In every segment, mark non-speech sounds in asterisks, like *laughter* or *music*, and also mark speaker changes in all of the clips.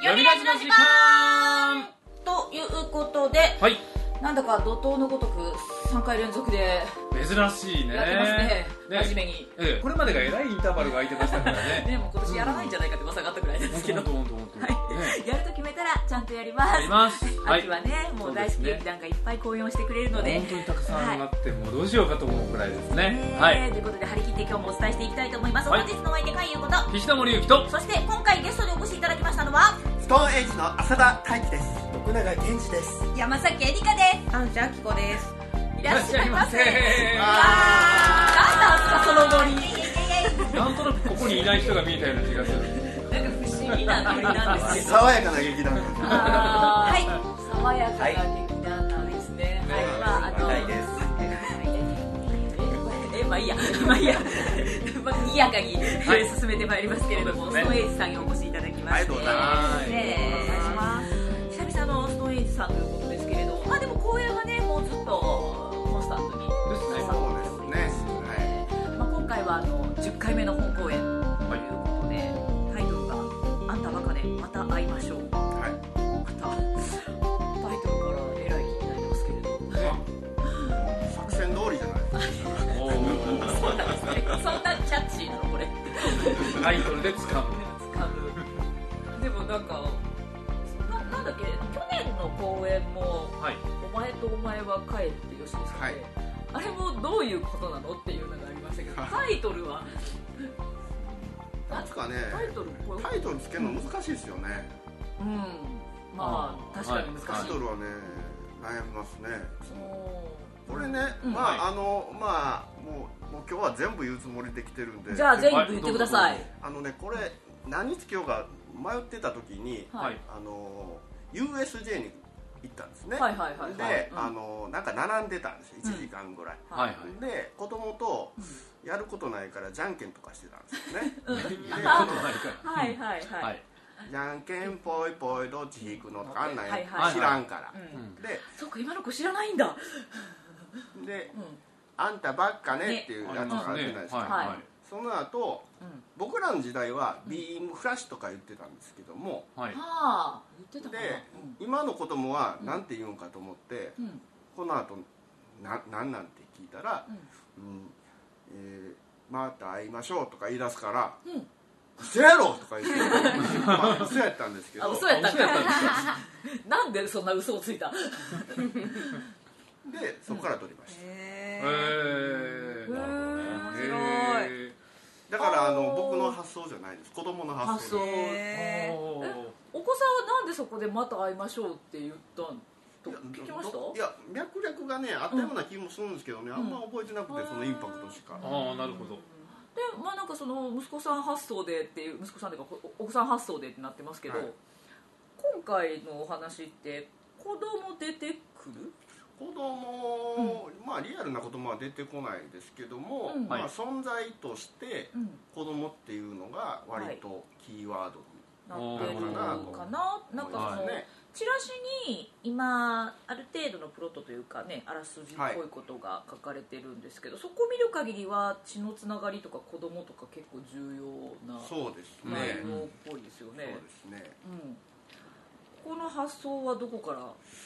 Speaker 1: 呼び出しの時間
Speaker 2: ということで、
Speaker 1: はい
Speaker 2: なんだか怒涛のごとく3回連続で
Speaker 1: 珍しいね
Speaker 2: やってますね、
Speaker 1: ね
Speaker 2: 真面目に。
Speaker 1: ええこれまでがえらいインターバルが空いてましたからね
Speaker 2: ね、もう今年やらないんじゃないかって噂があったくらいですけど、
Speaker 1: 本当本当本当本当ね
Speaker 2: やると決めたらちゃんとやりま
Speaker 1: あ
Speaker 2: す。
Speaker 1: りますはい
Speaker 2: 秋はね、もう大好き劇団がいっぱい公演をしてくれるので
Speaker 1: 本。当にたくさんあってもうどうしようかと思うくらいですね
Speaker 2: ね
Speaker 1: はい
Speaker 2: ということで張り切って今日もお伝えしていきたいと思います。
Speaker 1: はい
Speaker 2: 本日のお相手かいゆうこと、
Speaker 1: 岸田森ゆきと
Speaker 2: そして今回ゲストでお越しいただきましたのは
Speaker 3: ストーンエイジの浅田大輝です徳永健二です
Speaker 2: 山崎えりかです。アンジャキコです。いらっしゃいませ。
Speaker 1: いらっしゃいま
Speaker 2: なんなんすかそのノリ。
Speaker 1: せなんとなくここにいない人が見えたような気がする
Speaker 2: なんか不思議なノリなんですけど。
Speaker 3: 爽やかな劇団
Speaker 2: はい、爽やかな劇団なんですね。はい、まあ、あの、
Speaker 3: 大です
Speaker 2: え、まあ、いいや、まあ、いいや、まあ、にやかに、
Speaker 1: はい
Speaker 2: 進めてまいりますけれども、
Speaker 1: そうですね
Speaker 2: ストーンエイジさんにお越しいただきまして。
Speaker 3: ありがとうござい
Speaker 1: ます
Speaker 2: ねえ久々のストーンエイジさんということですけれども、まあ、でも、公演はね、もうずっと、コンスタントに。
Speaker 1: ですね
Speaker 3: そうですね
Speaker 2: まあ、今回は、あの、10回目の本公演ということで、タイトルが、あんたバカで、また会いましょう。
Speaker 3: は
Speaker 2: またタイトルからえらい気になりますけれど
Speaker 3: い作戦通りじゃない
Speaker 1: おー
Speaker 2: そうなんですねそんなキャッチーな
Speaker 3: *laughs*
Speaker 2: のこれ
Speaker 1: タイトルで掴む
Speaker 2: でもなんかななんだっけ去年の公演も
Speaker 1: はい
Speaker 2: 「お前とお前は帰ってよし」でしたっけ、
Speaker 3: はい
Speaker 2: あれもどういうことなのっていうのがありましたけど
Speaker 3: は
Speaker 2: タ
Speaker 3: い
Speaker 2: イトル
Speaker 3: *laughs*
Speaker 2: は
Speaker 3: なんつうかね
Speaker 2: タイトルこれ
Speaker 3: タイトルつけるの難しいですよね
Speaker 2: うんまあ確かに難しい、
Speaker 3: タイト
Speaker 2: ル
Speaker 3: ルはね悩みますねこれね
Speaker 2: うん
Speaker 3: ま
Speaker 1: は
Speaker 3: ああのまあもうもう今日は全部言うつもりで来てるんで
Speaker 2: じゃあ全部言ってください、
Speaker 1: はい
Speaker 3: あのねこれ何つけようか迷ってた時に
Speaker 1: はい
Speaker 3: あの USJ に行ったんですね
Speaker 2: はいはいはいはい
Speaker 3: で、
Speaker 2: うん
Speaker 3: あのなんか並んでたんですよ1時間ぐらい、
Speaker 1: はいはい
Speaker 3: で子供とやることないからじゃんけんとかしてたんですよね
Speaker 1: 言うことないか
Speaker 2: はいはい
Speaker 1: ら
Speaker 2: はい、
Speaker 3: じゃんけんぽいぽいどっち引くのとかあんなん
Speaker 2: はいはい
Speaker 3: 知らんから、
Speaker 2: うん
Speaker 1: うん
Speaker 2: そうか今の子知らないんだ、
Speaker 3: でで
Speaker 2: うん
Speaker 3: あんたばっかねっていう
Speaker 1: あ
Speaker 3: や
Speaker 1: り
Speaker 3: つ
Speaker 1: ま
Speaker 3: が
Speaker 1: す
Speaker 3: ある
Speaker 1: ね
Speaker 3: じゃないですか、
Speaker 1: はいは
Speaker 3: その後
Speaker 2: うん、
Speaker 3: 僕らの時代はビームフラッシュとか言ってたんですけども
Speaker 1: いはい
Speaker 2: はあ言って
Speaker 3: で
Speaker 2: たかな
Speaker 3: 今の子供は何て言うんかと思って
Speaker 2: うんうん
Speaker 3: この後ななんなんて聞いたら
Speaker 2: うん
Speaker 3: うんえーまた会いましょうとか言い出すから
Speaker 2: うん
Speaker 3: 「嘘やろ!」とか言って、
Speaker 2: *laughs*
Speaker 3: まあ、嘘やったんですけ
Speaker 2: あ
Speaker 3: ど
Speaker 2: 嘘やったん
Speaker 1: 嘘やったんで
Speaker 2: *laughs* なんでそんな嘘をついた
Speaker 3: でそこから撮りました、
Speaker 1: へ
Speaker 2: へ
Speaker 1: ーなるほどね
Speaker 2: へー面白い
Speaker 1: へー
Speaker 3: だからあの
Speaker 2: あー
Speaker 3: 僕の発想じゃないです子供の発
Speaker 1: 発想
Speaker 3: 想で
Speaker 2: へー
Speaker 1: おー
Speaker 2: お子さんはなんでそこでまた会いましょうって言ったんと
Speaker 3: いや
Speaker 2: 聞きました
Speaker 3: どいや脈略がねあったような気もするんですけどね、あんま覚えてなくてそのインパクトしか、
Speaker 1: ああなるほど
Speaker 2: でまあなんかその息子さん発想でっていう息子さんというかおお子さん発想でってなってますけど、
Speaker 3: はい
Speaker 2: 今回のお話って子供出てくる
Speaker 3: 子供、まあリアルな子供は出てこないですけども、
Speaker 2: うん
Speaker 3: ま
Speaker 1: は
Speaker 3: あ、
Speaker 1: い
Speaker 3: 存在として
Speaker 2: うん
Speaker 3: 子供っていうのが割とキーワードに
Speaker 2: なってるかなな
Speaker 3: なる
Speaker 2: ん
Speaker 3: ほ
Speaker 2: か
Speaker 3: ど
Speaker 2: その、
Speaker 3: はい
Speaker 2: チラシに今ある程度のプロットというかねあらすじっぽいことが書かれてるんですけど、そこ見る限りは血のつながりとか子供とか結構重要な
Speaker 3: そうですね、
Speaker 2: 内容っぽいですよ
Speaker 3: そう
Speaker 2: ね、
Speaker 3: ですね
Speaker 2: うん、この発想はどこから来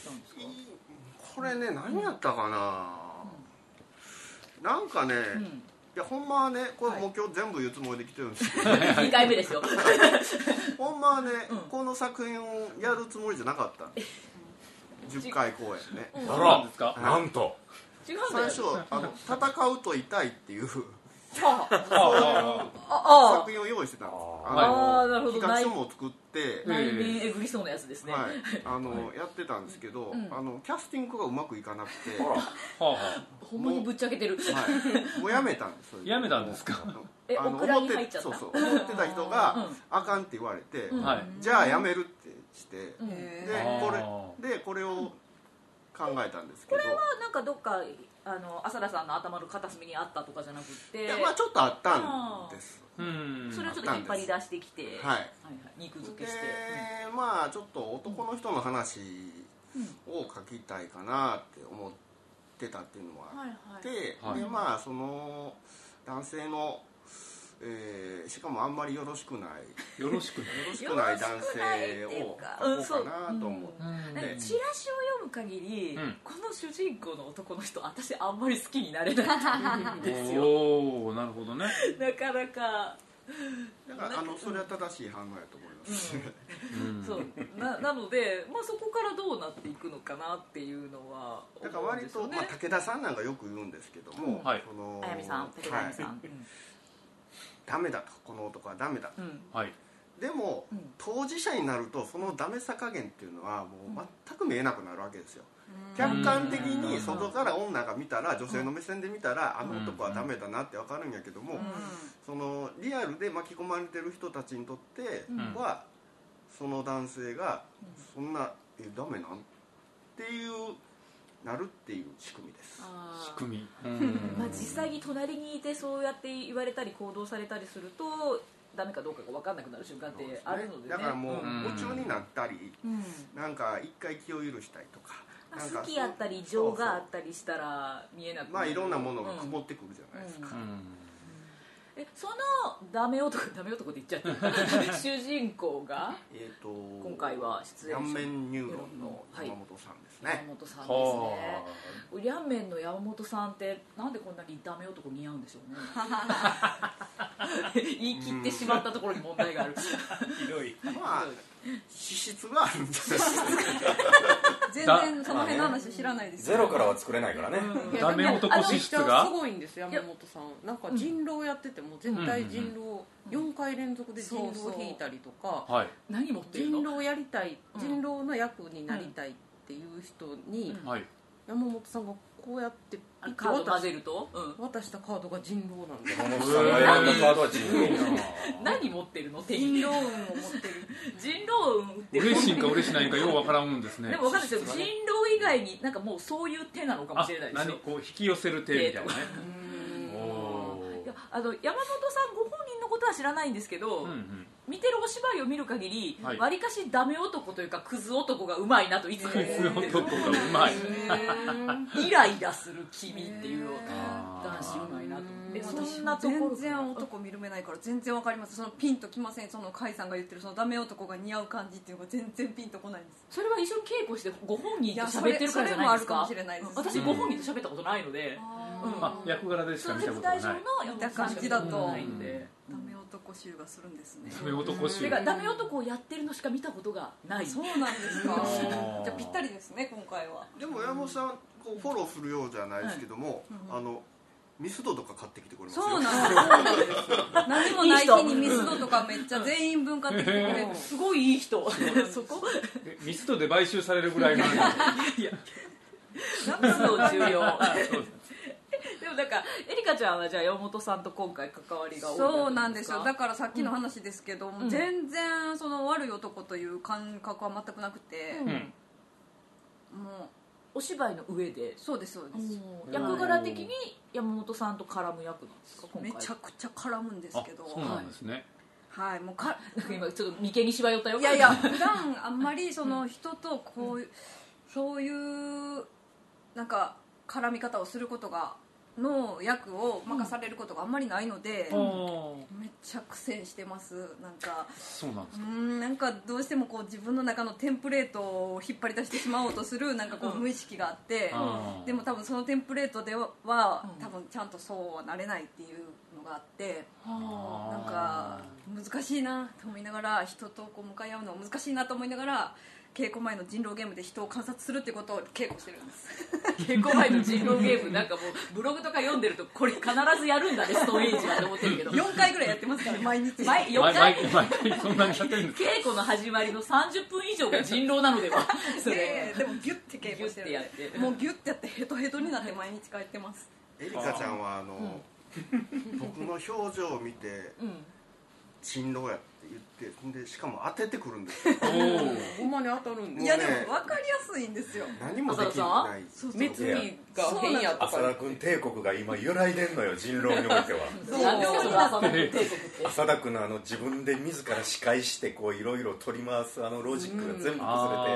Speaker 2: たんですか
Speaker 3: いいこれね何やったかな、なんかね、
Speaker 2: う
Speaker 3: い
Speaker 2: ん
Speaker 3: やほんまはねこ
Speaker 2: は
Speaker 3: れ
Speaker 2: い
Speaker 3: もう今日全部言うつもりで来てるんですけど、
Speaker 2: *laughs* 2回目ですよ
Speaker 3: ほんまはね、
Speaker 2: うん
Speaker 3: この作品をやるつもりじゃなかったんです10回公演ね、
Speaker 2: うん
Speaker 4: あ
Speaker 1: そうなん
Speaker 4: ら
Speaker 1: ですか
Speaker 4: なんと
Speaker 2: 違うんだ
Speaker 3: 最
Speaker 2: よ
Speaker 3: 初あの戦うと痛いっていうそういう
Speaker 2: あ
Speaker 1: あ
Speaker 2: あ
Speaker 3: 作品を用意してたんです
Speaker 4: あ
Speaker 2: あ
Speaker 3: の
Speaker 2: ああなるほど
Speaker 3: 企画
Speaker 2: 内
Speaker 3: 書も作って、
Speaker 1: ね
Speaker 2: 内面えぐりそうなやつですね、
Speaker 3: はい、あの、やってたんですけど、
Speaker 2: ん
Speaker 3: あのキャスティングがうまくいかなくて、
Speaker 4: ほら
Speaker 1: あはあは
Speaker 2: ほんまにぶっちゃけてる、
Speaker 3: はい、もうやめたんですそれ
Speaker 1: やめたんですか
Speaker 3: あの
Speaker 2: え
Speaker 3: あの
Speaker 2: オクラに入っちゃった
Speaker 3: 思てそうそう思ってた人が
Speaker 2: うん
Speaker 3: 「あかん」って言われて、
Speaker 2: うん
Speaker 1: はい
Speaker 3: じゃあやめるってして、
Speaker 2: うん
Speaker 3: で
Speaker 1: あー
Speaker 3: これでこれを考えたんですけど
Speaker 2: なんかどっかあの浅田さんの頭の片隅にあったとかじゃなくって
Speaker 3: いやまあちょっとあったんです
Speaker 1: うん
Speaker 2: それをちょっと引っ張り出してきて、
Speaker 3: はい
Speaker 2: はいはい肉付
Speaker 3: で
Speaker 2: けして、
Speaker 3: まあちょっと男の人の話を書きたいかなって思ってたっていうのは
Speaker 2: はいは
Speaker 3: で,、
Speaker 1: はい
Speaker 3: でまあその男性の、えーしかもあんまりよろしくないよ
Speaker 1: よろしくない
Speaker 3: ろしくない男性を書こうかなと思って
Speaker 2: うん
Speaker 1: うん
Speaker 2: なんかチラシを読む限り、
Speaker 1: うん
Speaker 2: この主人公の男の人私あんまり好きになれないんですよ
Speaker 1: おおなるほどね
Speaker 2: なかなか、
Speaker 3: だからあのそれは正しい反応やと思います、
Speaker 1: うん
Speaker 2: そうな *laughs* なので、まあ、そこからどうなっていくのかなっていうのは
Speaker 3: だから
Speaker 2: 思うん
Speaker 3: 割
Speaker 2: です
Speaker 3: と、
Speaker 2: よね
Speaker 3: まあ、武田さんなんかよく言うんですけども、
Speaker 1: うんはい
Speaker 3: その
Speaker 2: あやみさん武田あやみさん、
Speaker 3: はいダメだとこの男はダメだと
Speaker 2: うんうん
Speaker 1: はい
Speaker 3: でも、
Speaker 2: うん
Speaker 3: 当事者になるとそのダメさ加減っていうのはもう全く見えなくなるわけですよ、
Speaker 1: うん
Speaker 3: 客観的に外から女が見たら女性の目線で見たら、
Speaker 1: ん
Speaker 3: あの男はダメだなって分かるんやけども、
Speaker 2: うん
Speaker 3: そのリアルで巻き込まれてる人たちにとって
Speaker 2: うん
Speaker 3: は、その男性が
Speaker 2: うん
Speaker 3: そんなえダメなんっていうなるっていう仕組みです
Speaker 2: あー
Speaker 1: 仕組み
Speaker 2: まあ、実際に隣にいてそうやって言われたり行動されたりするとダメかどうかが分かんなくなる瞬間っ
Speaker 3: そうで
Speaker 2: て
Speaker 3: すね
Speaker 2: あるのでね
Speaker 3: だからもう
Speaker 1: うん
Speaker 3: 夢中になったり
Speaker 2: うんうん
Speaker 3: なんか一回気を許したりとか
Speaker 2: ま
Speaker 3: なん
Speaker 2: あ
Speaker 3: か
Speaker 2: 好きやったり情があったりしたら見えなくなる
Speaker 3: まあいろんなものが
Speaker 2: う
Speaker 3: 曇
Speaker 2: ん
Speaker 3: ってくるじゃないですか、
Speaker 1: うん
Speaker 2: えそのダメ男ダメ男って言っちゃ
Speaker 3: *laughs*
Speaker 2: った主人公が
Speaker 3: えー、と
Speaker 2: 今回は出演者
Speaker 3: 顔面ニューロンの山本さんですね、
Speaker 2: 山本さんですね
Speaker 1: はあ
Speaker 2: リャンメンの山本さんってなんでこんなにダメ男似合うんでしょ
Speaker 4: *laughs*
Speaker 2: うね言い切ってしまったところに問題がある
Speaker 1: ひどい
Speaker 3: まあ資質があるんじゃないですか
Speaker 4: 全然その辺の話知らないです
Speaker 5: ゼロからは作れないからね、
Speaker 4: いや
Speaker 1: ダメ男資質
Speaker 4: でもめっちゃ
Speaker 1: が
Speaker 4: すごいんですよ山本さんなんか人狼やってても絶対人狼4回連続で人
Speaker 2: そうそう
Speaker 4: 狼引いたりとか
Speaker 1: はい
Speaker 2: 何持ってる
Speaker 4: 人
Speaker 2: の
Speaker 4: 狼やりたい
Speaker 2: うん
Speaker 4: 人狼の役になりたいっていう人に
Speaker 2: うん
Speaker 1: はい
Speaker 4: 山本さんがこうやって
Speaker 2: あ
Speaker 4: ピ
Speaker 2: の
Speaker 4: ッ
Speaker 2: カード
Speaker 4: と渡
Speaker 2: 混ぜ
Speaker 4: し
Speaker 2: ると、
Speaker 4: 渡したカードが人狼なんで
Speaker 5: 山本さんが選んだカードは自由
Speaker 2: 何持ってるの手に
Speaker 4: 人狼運を持ってる
Speaker 2: *laughs* 人狼運売ってる
Speaker 1: 嬉しいんか嬉しないんかようわからんもんですね
Speaker 2: でも分かんないですよ人狼以外になんかもうそういう手なのかも
Speaker 1: あ
Speaker 2: しれないです
Speaker 1: 何
Speaker 2: よ
Speaker 1: こう引き寄せる手みたいなね
Speaker 4: うん
Speaker 1: お
Speaker 2: いやあの山本さんご本人のことは知らないんですけど、
Speaker 1: おうんうん
Speaker 2: 見てるお芝居を見る限り
Speaker 1: はい
Speaker 2: わり、かしダメ男というかクズ男がうまいなといつも思って
Speaker 1: クズ
Speaker 2: る
Speaker 1: 男がうまい
Speaker 2: イライラする君っていうのが
Speaker 1: あー
Speaker 2: 男子うまいなと思って
Speaker 4: え
Speaker 2: そ
Speaker 4: そ
Speaker 2: ん
Speaker 4: ん
Speaker 2: な
Speaker 4: な
Speaker 2: ところ
Speaker 4: 全然男見る目ないから全然わかりますそのピンときませんその甲斐さんが言ってるそのダメ男が似合う感じっていうのが全然ピンとこないんです
Speaker 2: それは一緒に稽古してご本人と喋ってるからじゃないですか
Speaker 4: いやそれそれもあるかもしれないです
Speaker 2: 私
Speaker 1: うん
Speaker 2: ご本人と喋ったことないので、
Speaker 1: まあ役柄でし
Speaker 2: そ
Speaker 1: か
Speaker 2: の
Speaker 1: 見た
Speaker 2: 絶
Speaker 1: こと
Speaker 2: 対
Speaker 1: が
Speaker 2: 上
Speaker 1: な
Speaker 2: の
Speaker 1: い
Speaker 2: 山本さんしか見たことないんで、
Speaker 4: ダメ男臭がするんですね
Speaker 1: ダメ男
Speaker 2: て
Speaker 1: 集
Speaker 2: かダメ男をやってるのしか見たことがない
Speaker 4: そうなんですか
Speaker 1: うん
Speaker 4: じゃあぴったりですね今回は
Speaker 3: でも山本さんこうフォローするようじゃないですけども、あのミスドとか買ってきてくれますよ
Speaker 4: そうなんです何もない日にミスドとかめっちゃ全員分買ってきてくれる
Speaker 2: すごいいい人そこ
Speaker 1: えミスドで買収されるぐらいのあ
Speaker 2: 何の重要でもなんかエリカちゃんはじゃあ山本さんと今回関わりが多い
Speaker 4: そうなんですよだ
Speaker 2: か
Speaker 4: からさっきの話ですけど、
Speaker 2: ん
Speaker 4: 全然その悪い男という感覚は全くなくて、
Speaker 2: うん
Speaker 1: うん
Speaker 4: も
Speaker 2: お芝居の上で
Speaker 4: うそうですそうです、
Speaker 1: ん
Speaker 2: 役柄的に山本さんと絡む役なんですか今
Speaker 4: め
Speaker 2: 回
Speaker 4: ちゃくちゃ絡むんですけど
Speaker 1: そうなんですね
Speaker 4: はいもうか
Speaker 2: なんか今ちょっと眉間にしわ寄ったよ
Speaker 4: いやいや普段あんまりその人とこういうそういうなんか絡み方をすることがの役を任されることがあんまりないので、
Speaker 1: あ
Speaker 4: めっちゃ苦戦してますなんか
Speaker 1: あそうなんで
Speaker 4: う
Speaker 1: す
Speaker 4: ーんなんかどうしてもこう自分の中のテンプレートを引っ張り出してしまおうとするなんかこう無意識があって、
Speaker 1: あー
Speaker 4: でも多分そのテンプレートでは
Speaker 2: うん
Speaker 4: 多分ちゃんとそうはなれないっていうのがあって
Speaker 1: あー
Speaker 4: なんか難しいなと思いながら人とこう向かい合うのは難しいなと思いながら稽古前の人狼ゲームで人を観察するっていうことを稽古してるんです
Speaker 2: *laughs* 結構前の人狼ゲームなんかもうブログとか読んでるとこれ必ずやるんだねストーリージはって思ってるけど
Speaker 4: 4回ぐらいやってますから *laughs* 毎日
Speaker 2: 前4
Speaker 1: 毎
Speaker 2: 回
Speaker 1: 毎毎回そんなにやって
Speaker 2: *laughs*
Speaker 1: るんですか
Speaker 2: 稽古の始まりの30分以上が人狼なので
Speaker 4: *laughs*
Speaker 2: はそれ
Speaker 4: ででもギュッて稽古してるんで
Speaker 2: ギュッてやって
Speaker 4: もうギュッてやってヘトヘトになって毎日帰ってます
Speaker 3: エリカちゃんはあの、僕の表情を見て
Speaker 2: うん
Speaker 3: 人狼や言ってでしかも当ててくるん
Speaker 2: *laughs*
Speaker 3: ですよ
Speaker 6: ほんまに当たる
Speaker 3: もう
Speaker 6: んで
Speaker 4: い
Speaker 6: す
Speaker 4: やでも分かりやすいんですよ
Speaker 3: 何もできない
Speaker 2: そう
Speaker 6: 目つきが変やと
Speaker 5: 浅田
Speaker 6: か
Speaker 5: 君帝国が今揺らいでんのよ人狼においては
Speaker 6: そう
Speaker 2: なんでもいいなその帝国って
Speaker 5: 浅田君のあの自分で自ら司会してこういろいろ取り回すあのロジックが全部崩れて、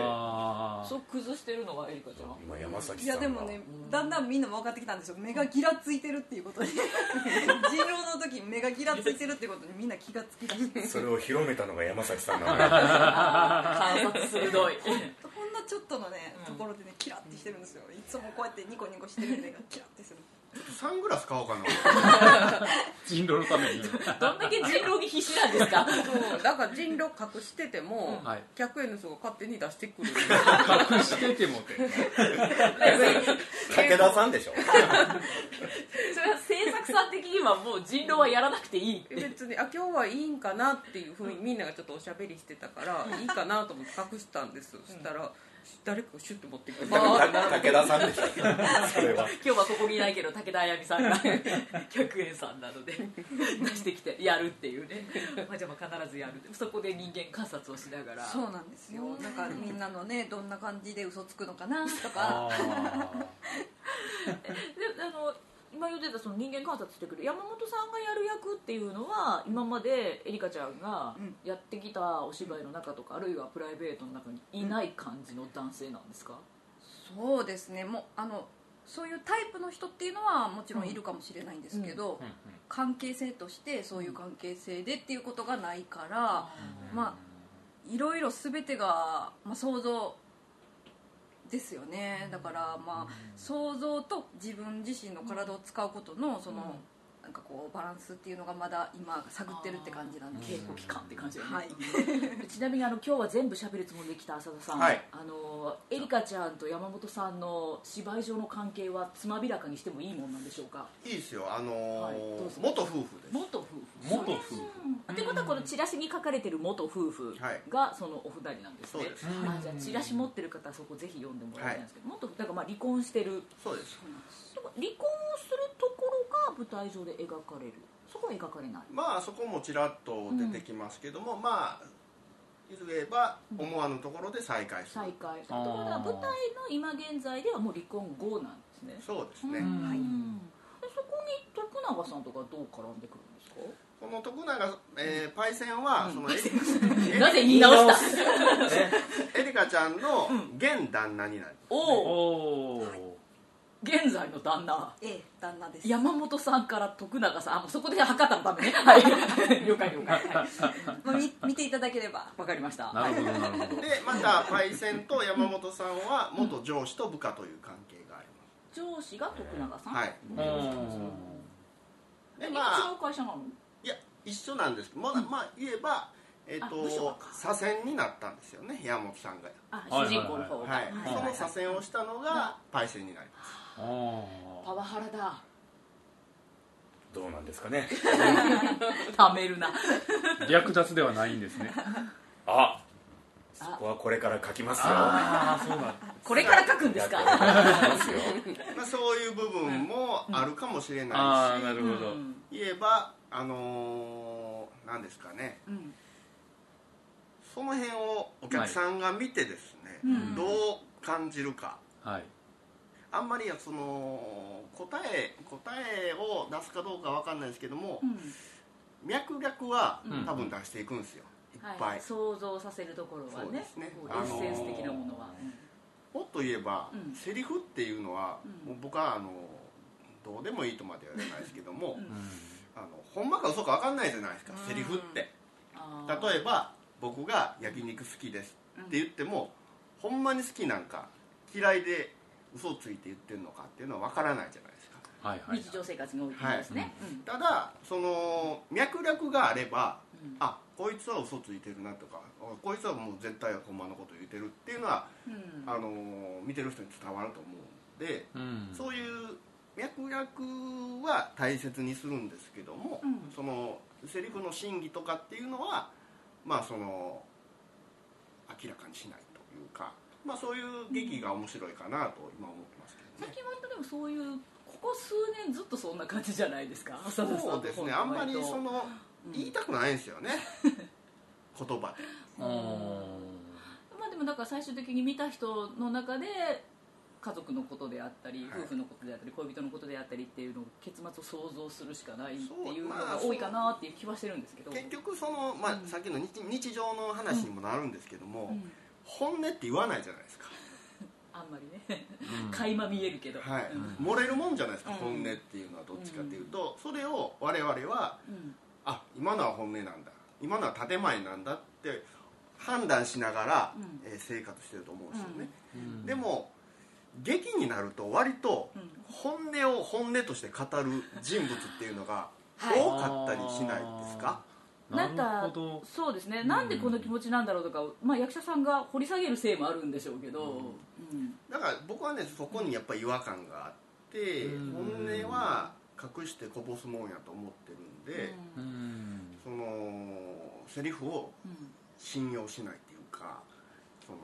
Speaker 1: あ
Speaker 2: そう崩してるのはエリカちゃん
Speaker 5: 今山崎
Speaker 4: い
Speaker 5: さん
Speaker 4: や
Speaker 5: が
Speaker 4: でもねだんだんみんなも分かってきたんですよ目がギラついてるっていうことに人狼の時目がギラついてるってことにみんな気がつきだして
Speaker 5: それを広めたのが山崎さんなのよ
Speaker 4: *laughs*
Speaker 2: 観察鋭い
Speaker 4: ほんのちょっとのね
Speaker 2: うん
Speaker 4: ところでねキラってしてるんですよいつもこうやってニコニコしてる目がキラってする
Speaker 3: サングラス買おうかな
Speaker 1: 人狼のために
Speaker 2: どんだけ人狼に必死なんですか
Speaker 6: そうだから人狼隠してても
Speaker 1: はい
Speaker 6: 100円の人が勝手に出してくる
Speaker 1: 隠しててもって
Speaker 5: 武田さんでしょ
Speaker 2: それは制作さん的にはもう人狼はやらなくていいっ
Speaker 6: *laughs*
Speaker 2: て
Speaker 6: 別にあ今日はいいんかなっていうふうにみんながちょっとおしゃべりしてたから *laughs* いいかなと思って隠したんですそしたら誰かがシュッと持ってくる
Speaker 5: 武田さんでしょそれ
Speaker 2: 今
Speaker 5: は
Speaker 2: 日はここにいないけど武田あやみさん *laughs* が100円さんなので出してきてやるっていうねまあじゃあまあ必ずやるそこで人間観察をしながら
Speaker 4: そうなんですよなんかみんなのねどんな感じで嘘つくのかなとか
Speaker 1: あー
Speaker 2: であの今言ってたその人間観察してくる山本さんがやる役っていうのは今までエリカちゃんが
Speaker 4: うん
Speaker 2: やってきたお芝居の中とかあるいはプライベートの中にいない感じの男性なんですか、
Speaker 4: そうですねもうあのそういうタイプの人っていうのはもちろんいるかもしれないんですけど、
Speaker 1: うんうん
Speaker 4: 関係性としてそういう関係性でっていうことがないから、まあいろいろ全てが、まあ、想像ですよねだからまあ想像と自分自身の体を使うことのその、なんかこうバランスっていうのがまだ今探ってるって感じなんです
Speaker 2: 稽古期間って感じだね、
Speaker 4: はい
Speaker 2: ちなみにあの今日は全部喋るつもりで来た浅田さん、
Speaker 5: はい
Speaker 2: あのエリカちゃんと山本さんの芝居上の関係はつまびらかにしてもいいもんなんでしょうか
Speaker 3: いいですよあのー
Speaker 2: はいどうぞ
Speaker 3: 元夫婦です
Speaker 2: 元夫婦
Speaker 1: 元夫婦
Speaker 2: ってことはこのチラシに書かれてる元夫婦
Speaker 3: はい
Speaker 2: がそのお二人なんですね、
Speaker 3: そうです
Speaker 2: あじゃあチラシ持ってる方はそこぜひ読んでもらいたいんですけど、元夫婦だからまあ離婚してる
Speaker 3: そうです
Speaker 2: 離婚をするところが舞台上で描かれるそこは描かれない
Speaker 3: まあそこもちらっと出てきますけども、まあ言えば思わぬところで再会する、
Speaker 2: 再会ところが舞台の今現在ではもう離婚後なんですね
Speaker 3: そうですね、
Speaker 1: うん
Speaker 2: はい、でそこに徳永さんとかどう絡んでくるんですか
Speaker 3: この徳永、えーパイセンは、そのエリ
Speaker 2: *laughs* なぜ言い直した
Speaker 3: エリカちゃんの現旦那になる、
Speaker 2: おお
Speaker 1: おー
Speaker 2: 現在の旦那
Speaker 4: *laughs* ええ旦那です
Speaker 2: 山本さんから徳永さんあもうそこで博多のためねはい了解了解はい
Speaker 4: まあ、み *laughs* 見ていただければ
Speaker 2: わかりました
Speaker 1: なるほどなるほど
Speaker 3: でまたパイセンと山本さんは元上司と部下という関係があり
Speaker 2: 上司が徳永さん、
Speaker 3: ます、はい
Speaker 2: え
Speaker 3: でま
Speaker 2: 違
Speaker 3: あ
Speaker 2: う会社なの
Speaker 3: いや一緒なんですけどまだ、まあ言えばえっ、
Speaker 2: あ部署
Speaker 3: と
Speaker 2: か
Speaker 3: 左遷になったんですよね山本さんが
Speaker 2: あ
Speaker 1: はい
Speaker 2: 主人公の方が、
Speaker 3: はい、
Speaker 2: はい
Speaker 3: その左遷をしたのがパイセンになります
Speaker 2: パワハラだ
Speaker 5: どうなんですかね
Speaker 2: ためるな
Speaker 1: あー略奪ではないんですね
Speaker 5: あそこはこれから書きますよ
Speaker 1: ああそうなん
Speaker 2: これから書くんですか
Speaker 5: 書きますよ
Speaker 3: まあ、そういう部分もあるかもしれ
Speaker 1: あ
Speaker 3: な
Speaker 1: あ
Speaker 3: いし、
Speaker 1: なるほど、
Speaker 2: うん
Speaker 3: 言えばあのー、何ですかね
Speaker 2: うん
Speaker 3: その辺をお客さんが見てですね、
Speaker 2: うん
Speaker 3: どう感じるか
Speaker 1: はい
Speaker 3: あんまりその答え答えを出すかどうかわかんないですけども、
Speaker 2: うん
Speaker 3: 脈々は
Speaker 1: うん
Speaker 3: 多分出していくんですよ、いっぱい、
Speaker 2: はい、想像させるところは
Speaker 3: そう
Speaker 2: ね
Speaker 3: ですね
Speaker 2: こうエッセンス的なものは、
Speaker 5: あのー
Speaker 2: うん
Speaker 3: もっと言えば、
Speaker 2: うん
Speaker 3: セリフっていうのは、
Speaker 2: うん
Speaker 3: もう僕はあのどうでもいいとまでは言わないですけども、
Speaker 2: うん
Speaker 3: あのほんまか嘘かわかんないじゃないですか、
Speaker 4: うん
Speaker 3: セリフって
Speaker 2: あー
Speaker 3: 例えば僕が焼肉好きですって言っても、ほんまに好きなんか嫌いで嘘をついて言ってるのかっていうのはわからないじゃないですか
Speaker 1: はいはい
Speaker 2: 日常生活においてもですね、うん
Speaker 3: ただその脈絡があれば
Speaker 2: うん
Speaker 3: あこいつは嘘ついてるなとかあこいつはもう絶対ほんまのこと言ってるっていうのは、
Speaker 2: うん
Speaker 3: あのー見てる人に伝わると思うんで、
Speaker 1: うん
Speaker 3: そういう脈絡は大切にするんですけども、
Speaker 2: うん
Speaker 3: そのセリフの真偽とかっていうのはまあその明らかにしないというか、まあ、そういう劇が面白いかなと今思ってますけど
Speaker 2: 最
Speaker 3: ね、
Speaker 2: 近割とでもそういうここ数年ずっとそんな感じじゃないですか浅田さん
Speaker 3: そう
Speaker 2: と
Speaker 3: ですね
Speaker 2: 本当
Speaker 3: あんまり
Speaker 2: 割と
Speaker 3: その
Speaker 2: うん *laughs*
Speaker 3: 言いたくないんですよね、言葉で
Speaker 2: まあでもだから最終的に見た人の中で家族のことであったり、
Speaker 3: はい
Speaker 2: 夫婦のことであったり恋人のことであったりっていうのを結末を想像するしかないっていうの
Speaker 3: そうまあ
Speaker 2: が多いかなっていう気はしてるんですけど、
Speaker 3: 結局その、まあ
Speaker 2: うん
Speaker 3: さっきの日日常の話にもなるんですけども、
Speaker 2: うん
Speaker 3: 本音って言わないじゃないですか、
Speaker 2: あんまりね *laughs* 垣間見えるけど、
Speaker 3: はい
Speaker 2: うん
Speaker 3: 漏れるもんじゃないですか、
Speaker 6: うん
Speaker 3: 本音っていうのはどっちかっていうと、それを我々は
Speaker 2: うん
Speaker 3: あ今のは本音なんだ今のは建前なんだって判断しながら、
Speaker 2: うん
Speaker 3: えー生活してると思うんですよね、でも劇になると割と
Speaker 2: うん
Speaker 3: 本音を本音として語る人物っていうのが
Speaker 2: はい
Speaker 3: 多かったりしないですか、
Speaker 2: なん
Speaker 1: な
Speaker 2: か
Speaker 1: るほど
Speaker 2: そうですねなんでこの気持ちなんだろうとか、まあ、役者さんが掘り下げるせいもあるんでしょうけど、うん
Speaker 3: だから僕はねそこにやっぱり違和感があって、
Speaker 1: うん
Speaker 3: 本音は隠してこぼすもんやと思ってるんで、
Speaker 2: うん
Speaker 1: うん
Speaker 3: そのセリフを
Speaker 2: うん
Speaker 3: 信用しないっていうかその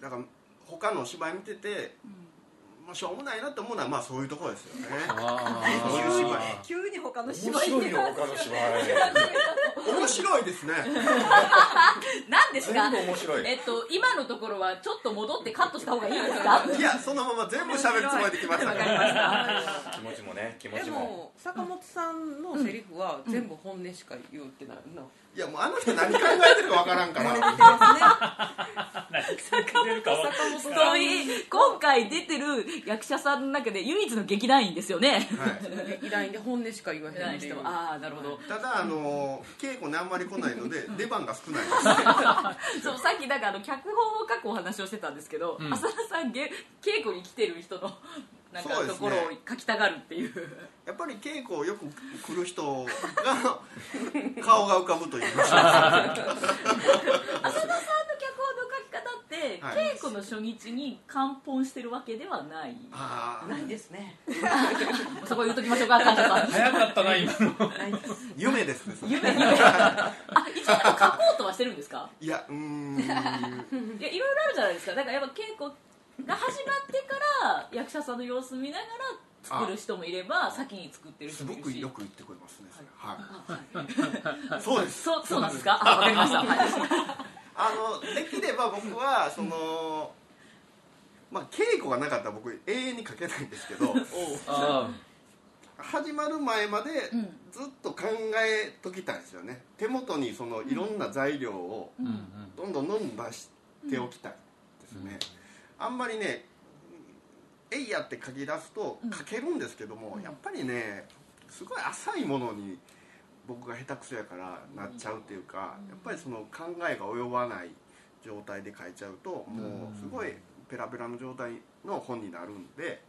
Speaker 3: だから他の芝居見てて、まあ、しょうもないなと思うのはまあそういうところですよね
Speaker 1: あ
Speaker 3: そういう芝居
Speaker 1: ー
Speaker 4: 急に他の
Speaker 5: 面
Speaker 4: 芝居
Speaker 5: 白いよ他の芝居
Speaker 3: 面白いですね
Speaker 2: 何ですか
Speaker 5: 全部面白い
Speaker 2: えっと、今のところはちょっと戻ってカットした方がいいです *laughs* か
Speaker 3: いやそのまま全部喋るつもりで来ましたね
Speaker 5: 気持ちもね気持
Speaker 6: で
Speaker 5: ちも
Speaker 6: も坂本さんのセリフは全部本音しか言うってなるの、
Speaker 3: いやもうあの人何考えてるかわからん *laughs* から
Speaker 1: 坂本
Speaker 2: 本当に今回出てる役者さんの中で唯一の劇団員ですよね
Speaker 3: はい
Speaker 6: 劇団員で本音しか言わへんって *laughs* いう
Speaker 2: ああなるほど
Speaker 3: ただあの稽古にあんまり来ないので出番が少ないです
Speaker 2: そうさっきだからあの脚本を書くお話をしてたんですけど、
Speaker 1: ん
Speaker 2: 浅田さんげ稽古に来てる人のなんか
Speaker 3: そうで
Speaker 2: と
Speaker 3: すね
Speaker 2: ころを書きたがるっていう
Speaker 3: やっぱり稽古をよく来る人が顔が浮かぶという *laughs* か
Speaker 2: 浅田さんの脚本の書き方って、
Speaker 3: はい
Speaker 2: 稽古の初日に完本してるわけではない *laughs*
Speaker 3: あー
Speaker 6: ないですね
Speaker 2: そこ言うときましょうか神田さん
Speaker 1: 早かったな今の
Speaker 6: ないです
Speaker 3: 夢ですねそれ
Speaker 2: *laughs* 夢夢あ一応でも書こうとはしてるんですか
Speaker 3: いやうーん
Speaker 2: *laughs* いやいろいろあるじゃないですかだからやっぱ稽古が始まってから役者さんの様子見ながら作る人もいれば先に作ってる
Speaker 3: す
Speaker 2: 人も
Speaker 3: ご
Speaker 2: いる
Speaker 3: く
Speaker 2: し
Speaker 3: よく言ってくれますねそれはい *laughs* そうです
Speaker 2: そうそうなんですかあわかりましたはい *laughs*
Speaker 3: あのできれば僕はそのまあ稽古がなかったら僕永遠に書けないんですけど
Speaker 1: あ
Speaker 3: 始まる前まで
Speaker 2: うん
Speaker 3: ずっと考えときたいんですよね手元にそのいろんな材料を
Speaker 1: ーうん
Speaker 3: どんどんどんどん出しておきたいですね、あんまりね「えいや」って書き出すと
Speaker 2: うん
Speaker 3: 書けるんですけども、やっぱりねすごい浅いものに僕が下手くそやからなっちゃうっていうか、やっぱりその考えが及ばない状態で書いちゃうともうすごいペラペラの状態の本になるんで、